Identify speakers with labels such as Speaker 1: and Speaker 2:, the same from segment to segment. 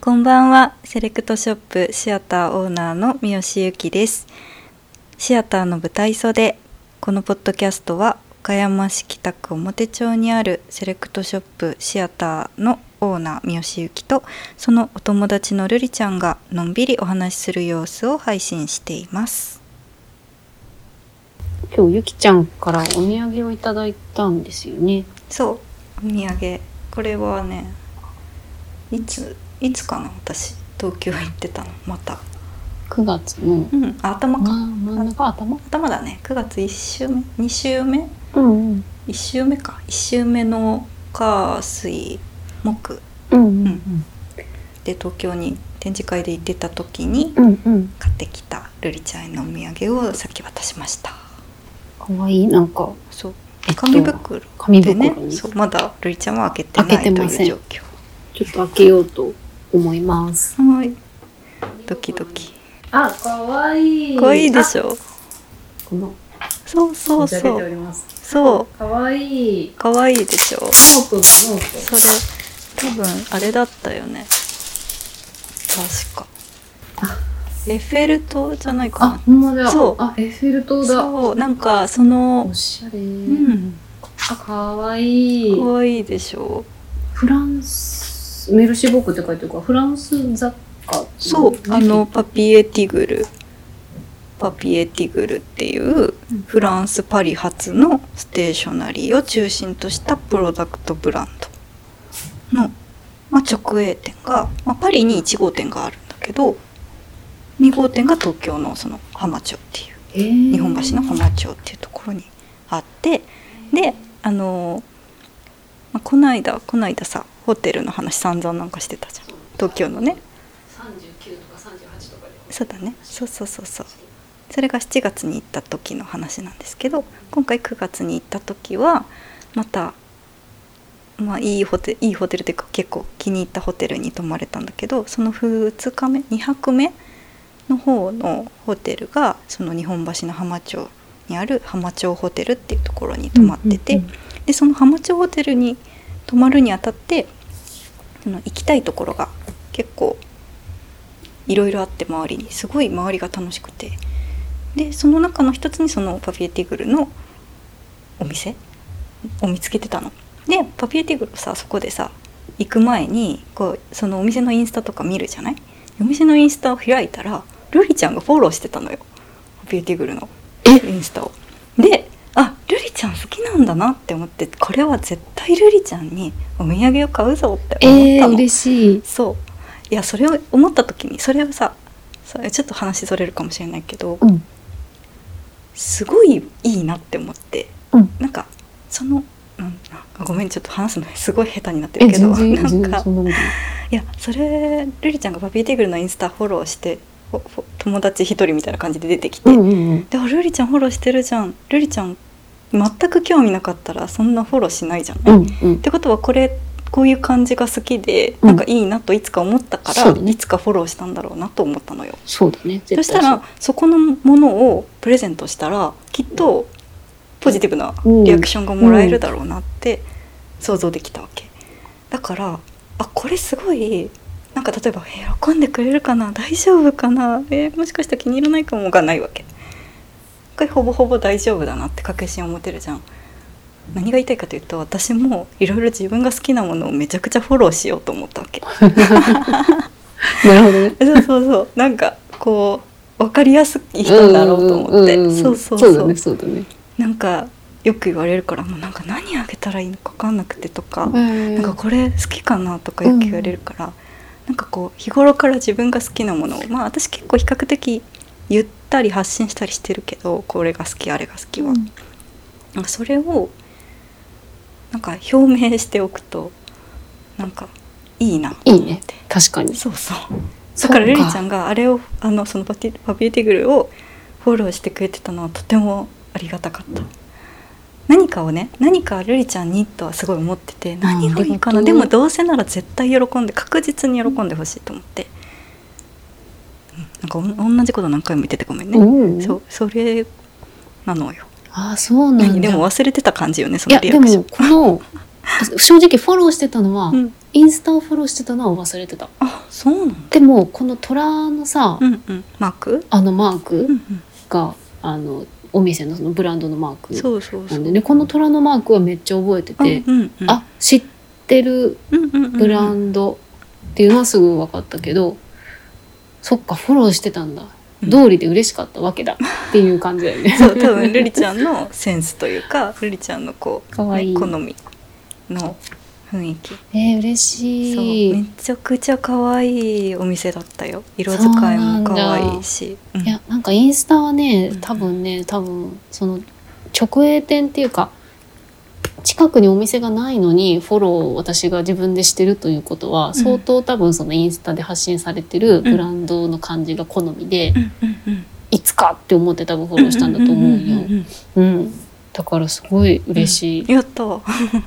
Speaker 1: こんばんはセレクトショップシアターオーナーの三好由紀ですシアターの舞台袖このポッドキャストは岡山市北区表町にあるセレクトショップシアターのオーナー三好由紀とそのお友達のるりちゃんがのんびりお話しする様子を配信しています
Speaker 2: 今日ゆきちゃんからお土産をいただいたんですよね。
Speaker 1: そうお土産これはねいついつかな私東京行ってたのまた
Speaker 2: 9月の、
Speaker 1: うんあ頭
Speaker 2: ま
Speaker 1: か
Speaker 2: 真ん中頭。
Speaker 1: 頭だね9月1週目2週目
Speaker 2: うんうん
Speaker 1: 1週目か1週目の火水木
Speaker 2: うん
Speaker 1: うんで東京に展示会で行ってた時に
Speaker 2: うんうん。
Speaker 1: 買ってきたルリちゃんへのお土産をさっき渡しました
Speaker 2: 可愛いなんか
Speaker 1: そう
Speaker 2: えっと
Speaker 1: 紙袋
Speaker 2: 紙
Speaker 1: でね
Speaker 2: 袋にち
Speaker 1: そ
Speaker 2: ょ
Speaker 1: うまだルリちゃんは開けてない
Speaker 2: 開
Speaker 1: と
Speaker 2: けて
Speaker 1: いう
Speaker 2: ません
Speaker 1: 状況
Speaker 2: っと開けようと思います。
Speaker 1: はいドキドキ
Speaker 2: あ可愛い
Speaker 1: かわいいでしょ
Speaker 2: この
Speaker 1: そうそうそう
Speaker 2: ります。
Speaker 1: そ
Speaker 2: 可愛いう
Speaker 1: かわいいでしょ
Speaker 2: ノートだノー
Speaker 1: それ多分あれだったよね確かエッフェル塔じゃない
Speaker 2: あ
Speaker 1: か
Speaker 2: ほんまだ。
Speaker 1: そう
Speaker 2: あエッフェル
Speaker 1: な
Speaker 2: 塔だ。
Speaker 1: そうなんかその
Speaker 2: おしゃれ。
Speaker 1: うん
Speaker 2: あ可愛い
Speaker 1: かわいいでしょ
Speaker 2: フランスメルシボックって書いてるからフランス雑貨
Speaker 1: そうあのパピエティグルパピエティグルっていう
Speaker 2: うん
Speaker 1: フランス・パリ発のステーショナリーを中心としたプロダクトブランドの、まあ、直営店が、まあ、パリに1号店があるんだけど2号店が東京のその浜町っていう
Speaker 2: 日
Speaker 1: 日本橋の浜町っていうところにあってであのー、まあ、こないだこないださホテルの話散々なんかしてたじゃん東京のね
Speaker 2: 39とか38とかで
Speaker 1: そうだねそうそうそうそうそれが7月に行った時の話なんですけど今回9月に行った時はまた、まあ、いいホテルいいホテルというか結構気に入ったホテルに泊まれたんだけどその2日目2泊目の方のホテルがその日本橋の浜町にある浜町ホテルっていうところに泊まってて、
Speaker 2: うんうん
Speaker 1: でその浜町ホテルに泊まるにあたってその行きたいところが結構いろいろあって周りにすごい周りが楽しくてでその中の一つにそのパピエティグルのお店を見つけてたの。でパピエティグルさそこでさ行く前にこうそのお店のインスタとか見るじゃないお店のインスタを開いたらルリちゃんがフォローしてたのよパピエティグルのインスタを。であルリちゃん好きなんだなって思ってこれは絶対ルリちゃんにお土産を買うぞって思っ
Speaker 2: え
Speaker 1: た
Speaker 2: ー、
Speaker 1: の。
Speaker 2: 嬉しい
Speaker 1: そういやそれを思った時にそれをささちょっと話それるかもしれないけど
Speaker 2: うん
Speaker 1: すごいいいなって思って、
Speaker 2: うん
Speaker 1: なんかその、うん、あごめんちょっと話すのすごい下手になって
Speaker 2: え
Speaker 1: るけど
Speaker 2: 全然
Speaker 1: な
Speaker 2: 全
Speaker 1: ん
Speaker 2: 然
Speaker 1: か
Speaker 2: そんなの
Speaker 1: いやそれルリちゃんがバビーティグルのインスタフォローしてほほ友達一人みたいな感じで出てきて、
Speaker 2: うんうんうん
Speaker 1: であルリちゃんフォローしてるじゃんルリちゃん全く興味なかったらそんなフォローしないじゃない、
Speaker 2: う
Speaker 1: っ
Speaker 2: んうん
Speaker 1: てことはこれこういう感じが好きで、
Speaker 2: うん
Speaker 1: なんかいいなといつか思ったから、
Speaker 2: そうだね
Speaker 1: いつかフォローしたんだろうなと思ったのよ。
Speaker 2: そうだね
Speaker 1: そしたらそこのものをプレゼントしたらきっとポジティブなリアクションがもらえるだろうなって想像できたわけだからあこれすごいなんか例えば「え喜んでくれるかな大丈夫かなえもしかしたら気に入らないかも」がないわけこれほぼほぼ大丈夫だなって確信を持てるじゃん何が言いたいかというと私もいろいろ自分が好きなものをめちゃくちゃフォローしようと思ったわけ
Speaker 2: なるほどね
Speaker 1: そうそうそうなんかこう分かりやすい人だろうと思って、
Speaker 2: んんんん
Speaker 1: そうそうそう
Speaker 2: だねそうだね
Speaker 1: なんかよく言われるからもうなんか何あげたらいいのか分かんなくてとか、
Speaker 2: な
Speaker 1: なんかこれ好きかなとかよく言われるから、なんかこう日頃から自分が好きなものをまあ私結構比較的言ったり発信したりしてるけどこれが好きあれが好きは、なんかそれをなんか表明しておくとなんかいいなと思って。
Speaker 2: いいね確かに
Speaker 1: そうそうだからルリちゃ
Speaker 2: ん
Speaker 1: んがあれをあのそのパティパピエティグルをフォローしてくれてたのはとてもありがたかった何かをね何かルリちゃんにとはすごい思ってて何がいいかな
Speaker 2: ありがとう
Speaker 1: でもどうせなら絶対喜んで確実に喜んでほしいと思って、うん、なんかおん同じこと何回も言っててごめんね、
Speaker 2: うん
Speaker 1: そうそれなのよ、
Speaker 2: あーそうなんだ
Speaker 1: でも忘れてた感じよねそ
Speaker 2: い
Speaker 1: の
Speaker 2: や
Speaker 1: リ
Speaker 2: で
Speaker 1: アクショ
Speaker 2: も
Speaker 1: ン
Speaker 2: この正直フォローしてたのは
Speaker 1: うん、
Speaker 2: インスタをフォローしてたのは忘れてた
Speaker 1: あそうなの
Speaker 2: でもこの虎のさ、
Speaker 1: うんうんマーク
Speaker 2: あのマーク
Speaker 1: うん
Speaker 2: があのお店のそのブランドのマー
Speaker 1: う
Speaker 2: ク
Speaker 1: んそうそうそ
Speaker 2: な
Speaker 1: うん
Speaker 2: でねこの虎のマークはめっちゃ覚えてて、
Speaker 1: うんうんうん
Speaker 2: あ知ってる
Speaker 1: うんうんうん
Speaker 2: ブランドっていうのはすぐ分かったけど、そっかフォローしてたんだ
Speaker 1: うん
Speaker 2: 道理で嬉しかったわけだっていう感じだよね。
Speaker 1: そう多分ルリちゃんのセンスというかルリちゃんのこう
Speaker 2: かわいい
Speaker 1: ね好みの雰囲気
Speaker 2: えー、嬉
Speaker 1: そう
Speaker 2: しい。
Speaker 1: めちゃくちゃ可愛いお店だったよ色使いも可愛いしうん
Speaker 2: いやなんかインスタはね
Speaker 1: うん
Speaker 2: 多分ね多分その直営店っていうか近くにお店がないのにフォローを私が自分でしてるということは、相当多分そのインスタで発信されてるブランドの感じが好みで、
Speaker 1: うんうんうん
Speaker 2: いつかって思って多分フォローしたんだと思うよ。
Speaker 1: んんんん
Speaker 2: うん、だからすごい嬉しい、
Speaker 1: やったわ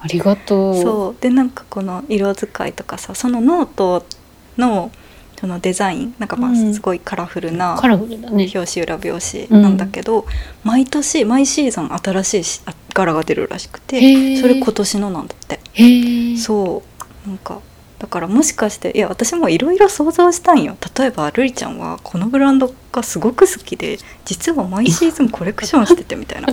Speaker 2: ありがとう。
Speaker 1: そうでなんかこの色使いとかさそのノートのそのデザインなんかま
Speaker 2: う
Speaker 1: あ
Speaker 2: ん
Speaker 1: すごいカラフルな
Speaker 2: カラフルだね。
Speaker 1: 表紙裏表紙なんだけど、毎年毎シーズン新しいしあ柄が出るらしくて
Speaker 2: へえ
Speaker 1: それ今年のなんだって
Speaker 2: へー
Speaker 1: そうなんかだからもしかしていや私もいろいろ想像したんよ例えばるりちゃんはこのブランドがすごく好きで実は毎シーズンコレクションしててみた いな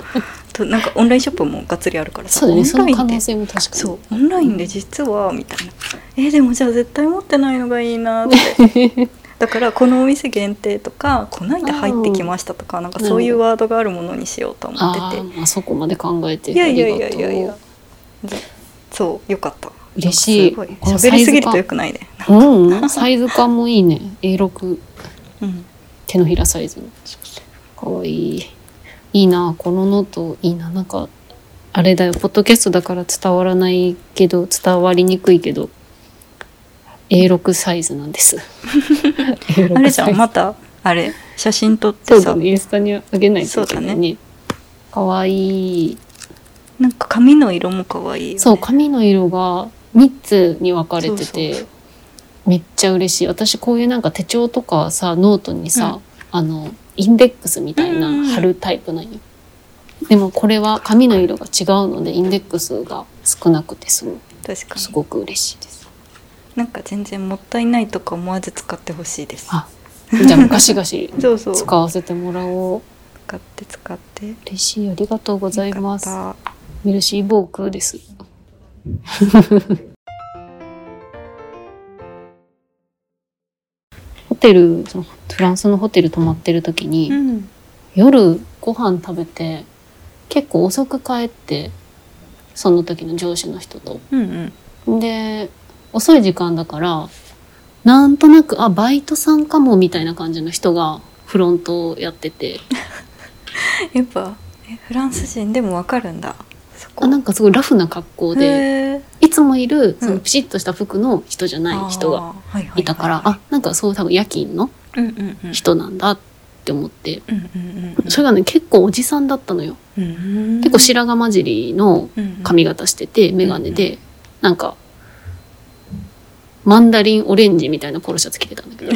Speaker 1: となんかオンラインショップもがっつりあるからさ
Speaker 2: そうだね。そ
Speaker 1: オンラ
Speaker 2: の
Speaker 1: イ
Speaker 2: 可
Speaker 1: ンで
Speaker 2: 能性も確かに。
Speaker 1: そうオンラインで実はみたいなえーでもじゃあ絶対持ってないのがいいなって だからこのお店限定とかこないだ入ってきましたとかなんかそういうワードがあるものにしようと思
Speaker 2: あ
Speaker 1: ってて
Speaker 2: ーまあそこまで考えて
Speaker 1: いやいやいや
Speaker 2: あり
Speaker 1: い
Speaker 2: が
Speaker 1: や
Speaker 2: とう
Speaker 1: いやそうよかった
Speaker 2: 嬉しい
Speaker 1: なんか
Speaker 2: この
Speaker 1: すごい喋りすぎる
Speaker 2: サイズ感
Speaker 1: とよくないね
Speaker 2: うん、サイズ感もいいね。A6
Speaker 1: うん
Speaker 2: 手のひらサイズの。かわいい。いいな、このノートいいな。なんか、あれだよ、ポッドキャストだから伝わらないけど、伝わりにくいけど、A6 サイズな んです。
Speaker 1: あ
Speaker 2: A6
Speaker 1: れじゃ
Speaker 2: サイ
Speaker 1: ん
Speaker 2: ズ。
Speaker 1: またあれ写真撮っ
Speaker 2: そ
Speaker 1: て
Speaker 2: うだ
Speaker 1: さ、
Speaker 2: ね、インスタにあげないといけな
Speaker 1: そうだ
Speaker 2: いね。かわいい。
Speaker 1: なんか髪の色も可愛いよ、ね、
Speaker 2: そう、髪の色が3つに分かれてて。
Speaker 1: そうそう
Speaker 2: めっちゃ嬉しい私こういうなんか手帳とかさノートにさ、あのインデックスみたいな
Speaker 1: うんうん
Speaker 2: 貼るタイプなんよ、でもこれは紙の色が違うのでインデックスが少なくてすご
Speaker 1: 確か
Speaker 2: す
Speaker 1: に
Speaker 2: ごく嬉しいです
Speaker 1: なんか全然もったいないとか思わず使ってほしいです
Speaker 2: あじゃあもうガシガシ
Speaker 1: そうそう
Speaker 2: 使わせてもらおう
Speaker 1: 使って使って
Speaker 2: 嬉しいありがとうございます
Speaker 1: よかった
Speaker 2: ミルシーボークですホテルそのフランスのホテル泊まってる時に、
Speaker 1: うん、
Speaker 2: 夜ご飯食べて結構遅く帰ってその時の上司の人と。
Speaker 1: うんうん
Speaker 2: で遅い時間だからなんとなくあバイトさんかもみたいな感じの人がフロントをやってて
Speaker 1: やっぱえフランス人でもわかるんだそこ
Speaker 2: あなんかすごいラフな格好で
Speaker 1: へー
Speaker 2: いつもいるそうの
Speaker 1: ん
Speaker 2: ピシッとした服の人じゃない人が
Speaker 1: あーはいはいはい
Speaker 2: いたからあなんかそう多分夜勤の
Speaker 1: うんうんうん
Speaker 2: 人なんだって思って
Speaker 1: うんうんうん
Speaker 2: それがね結構おじさんだったのよ
Speaker 1: うん
Speaker 2: 結構白髪混じりの髪型してて眼鏡でなんかマンダリンオレンジみたいなポロシャツ着てたん だけど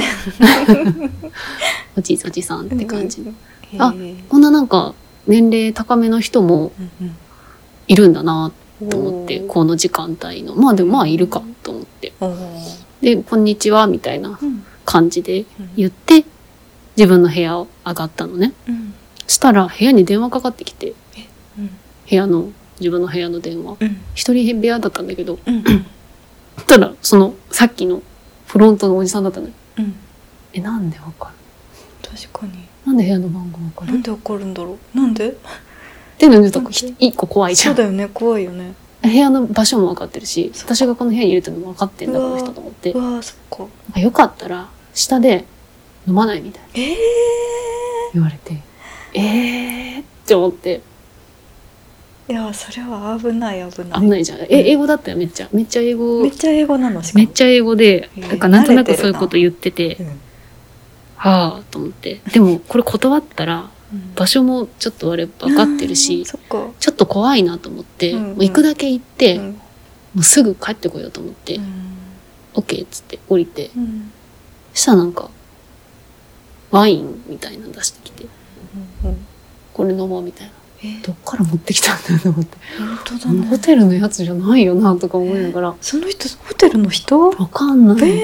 Speaker 2: おじいおじさんって感じ、
Speaker 1: うんうん、
Speaker 2: あ
Speaker 1: へー
Speaker 2: こんななんか年齢高めの人も
Speaker 1: うん
Speaker 2: いるんだな
Speaker 1: うん
Speaker 2: と思って
Speaker 1: おー
Speaker 2: この時間帯のまあでもまあいるかと思って
Speaker 1: おー
Speaker 2: で「こんにちは」みたいな
Speaker 1: うん
Speaker 2: 感じで言って自分の部屋を上がったのね
Speaker 1: うん
Speaker 2: したら部屋に電話かかってきて
Speaker 1: うん
Speaker 2: 部屋の自分の部屋の電話
Speaker 1: うん
Speaker 2: 一人部屋だったんだけど
Speaker 1: うん
Speaker 2: ただそのさっきのフロントのおじさんだったのよ
Speaker 1: うん
Speaker 2: えなんでわかる
Speaker 1: 確かに
Speaker 2: なんで部屋の番号わか
Speaker 1: な
Speaker 2: るっ
Speaker 1: んでわかるんだろうなんで
Speaker 2: ていうのにちょっ
Speaker 1: な
Speaker 2: と
Speaker 1: んで
Speaker 2: ひ一個怖いじ
Speaker 1: そ
Speaker 2: ゃ
Speaker 1: うん
Speaker 2: 部
Speaker 1: だよね怖いよね
Speaker 2: 屋の場所も分かってるし
Speaker 1: そう
Speaker 2: 私がこの部屋にいるってのも分かってんだ
Speaker 1: う
Speaker 2: こ
Speaker 1: わ
Speaker 2: の人と思って
Speaker 1: うわーそっか
Speaker 2: なんかよかったら下で飲まないみたいな
Speaker 1: ええ
Speaker 2: 言われてえーって思って
Speaker 1: ー、いやーそれは危ない危ない
Speaker 2: 危ないじゃんえ英語だったよめっちゃめっちゃ英語
Speaker 1: めっちゃ英語なのしか
Speaker 2: めっ
Speaker 1: も
Speaker 2: ちゃ英語で
Speaker 1: えー
Speaker 2: なんかなんとなくそういうこと言ってて
Speaker 1: うん
Speaker 2: はあと思ってでもこれ断ったら
Speaker 1: うん
Speaker 2: 場所もちょっとあれ分かってるし
Speaker 1: そっか、
Speaker 2: ちょっと怖いなと思って、
Speaker 1: うんうん
Speaker 2: もう行くだけ行って、
Speaker 1: う
Speaker 2: も
Speaker 1: ん
Speaker 2: うすぐ帰ってこようと思って、OK っつって降りて
Speaker 1: うん
Speaker 2: そしたらなんかワインみたいなの出してきて
Speaker 1: うん
Speaker 2: これ飲もうみたいな
Speaker 1: えー
Speaker 2: どっから持ってきたんだよと思って、
Speaker 1: 本当
Speaker 2: あの
Speaker 1: だ
Speaker 2: ホ
Speaker 1: ね
Speaker 2: テルのやつじゃないよなとか思いながら
Speaker 1: その人ホテルの人
Speaker 2: 分かんない、
Speaker 1: えー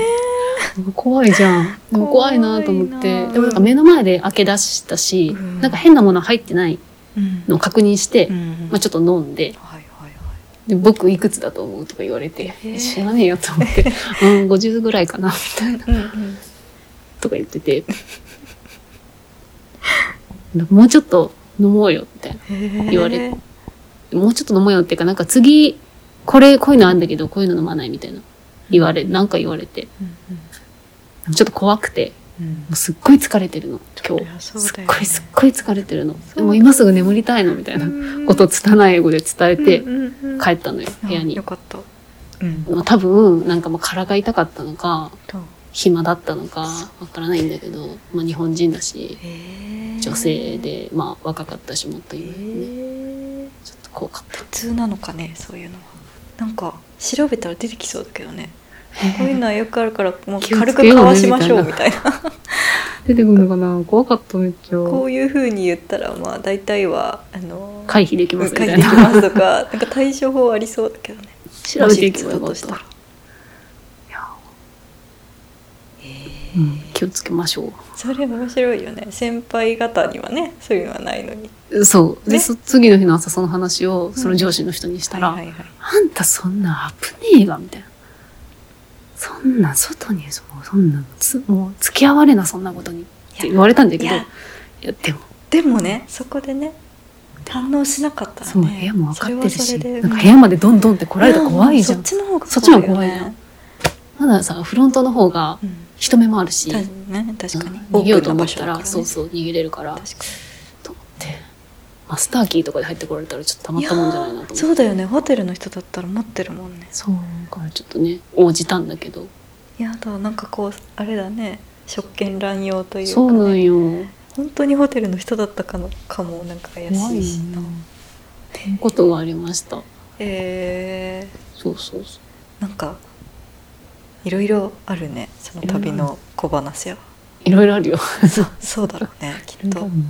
Speaker 2: 怖いじ ゃん。でも怖いなと思って。でもなんか目の前で開け出したし、
Speaker 1: うん
Speaker 2: なんか変なもの入ってない
Speaker 1: うん
Speaker 2: のを確認して、
Speaker 1: うん
Speaker 2: まあちょっと飲んで、
Speaker 1: はいはいはい
Speaker 2: で僕いくつだと思うとか言われて、
Speaker 1: へえ
Speaker 2: 知らねえよと 思って、うん、50ぐらいかな、みたいな、とか言っ てて、もうちょっと飲もうよ、みたいな。言われもうちょっと飲もうよっていうか、なんか次、これ、こういうのあるんだけど、こういうの飲まないみたいな。言われ、なんか言われて、ちょっと怖くて、もうすっごい疲れてるの、今日。すっごいすっごい疲れてるの。でも今すぐ眠りたいの、みたいなことを拙い英語で伝えて、帰ったのよ、部屋に
Speaker 1: よ。かったうん
Speaker 2: まあ、多分、なんかもう殻が痛かったのか、暇だったのか、わからないんだけど、まあ日本人だし、女性で、まあ若かったし、もっと
Speaker 1: え
Speaker 2: 言うね。
Speaker 1: ー
Speaker 2: ちょっと怖かった。
Speaker 1: 普通なのかねそういうのはなんか調べたら出てきそうだけどねこういうのはよくある からもう軽くかわしましょうみたいな
Speaker 2: 出てくるのかな怖かった、めっちゃ。
Speaker 1: こういうふうに言ったらまあ大体はあの
Speaker 2: 回避できますみ
Speaker 1: 書
Speaker 2: た
Speaker 1: いて
Speaker 2: い
Speaker 1: いきま
Speaker 2: な。
Speaker 1: すとかなんか対処法ありそうだけどね
Speaker 2: 調べていけばよか
Speaker 1: も
Speaker 2: っ
Speaker 1: し必要だ
Speaker 2: た
Speaker 1: と。
Speaker 2: うん気をつけましょ
Speaker 1: それ面白いよね先輩方にはねそういうのはないのに
Speaker 2: う。そう。で、
Speaker 1: ね
Speaker 2: そ次の日の朝その話を、その上司の人にしたら、
Speaker 1: はいはいはい
Speaker 2: あんたそんな危ねえわ、みたいな。そんな外に、そのそんなつ、もう付き合われな、そんなことに。って言われたんだけど、い
Speaker 1: い
Speaker 2: や
Speaker 1: や、
Speaker 2: でも、
Speaker 1: でもねそこでね反応しなかったらね
Speaker 2: そう、部屋も分かってる
Speaker 1: それ
Speaker 2: し、
Speaker 1: はそれで
Speaker 2: なんか部屋までどんどんって来られたら怖いじゃ。
Speaker 1: うんそっちの方が
Speaker 2: そっちの方が
Speaker 1: よ
Speaker 2: 怖い
Speaker 1: ね
Speaker 2: じゃん。まださ、フロントの方が
Speaker 1: うん
Speaker 2: 人目もあるし、
Speaker 1: 確かにね確かに
Speaker 2: 逃げようと思ったら、
Speaker 1: オープンな場所だからね
Speaker 2: そうそう、逃げれるから、
Speaker 1: 確かに
Speaker 2: と思って。マスターキーとかで入ってこられたらちょっとたまったもんじゃないなと思
Speaker 1: いや
Speaker 2: っ
Speaker 1: ー
Speaker 2: て。
Speaker 1: そうだよねホテルの人だったら持ってるもんね
Speaker 2: そう、だからちょっとね、応じたんだけど。
Speaker 1: やだなんかこうあれだね職権乱用というか、
Speaker 2: そ
Speaker 1: ね、
Speaker 2: うなんよ。
Speaker 1: 本当にホテルの人だったかのかもなんか怪
Speaker 2: 怖
Speaker 1: しい
Speaker 2: い
Speaker 1: し
Speaker 2: な
Speaker 1: な。
Speaker 2: ことがありました。
Speaker 1: え
Speaker 2: そうそうそ
Speaker 1: ー、なんかいろいろあるねその旅の小話や
Speaker 2: う。いろいろあるよ。
Speaker 1: そうだろうねきっと
Speaker 2: うん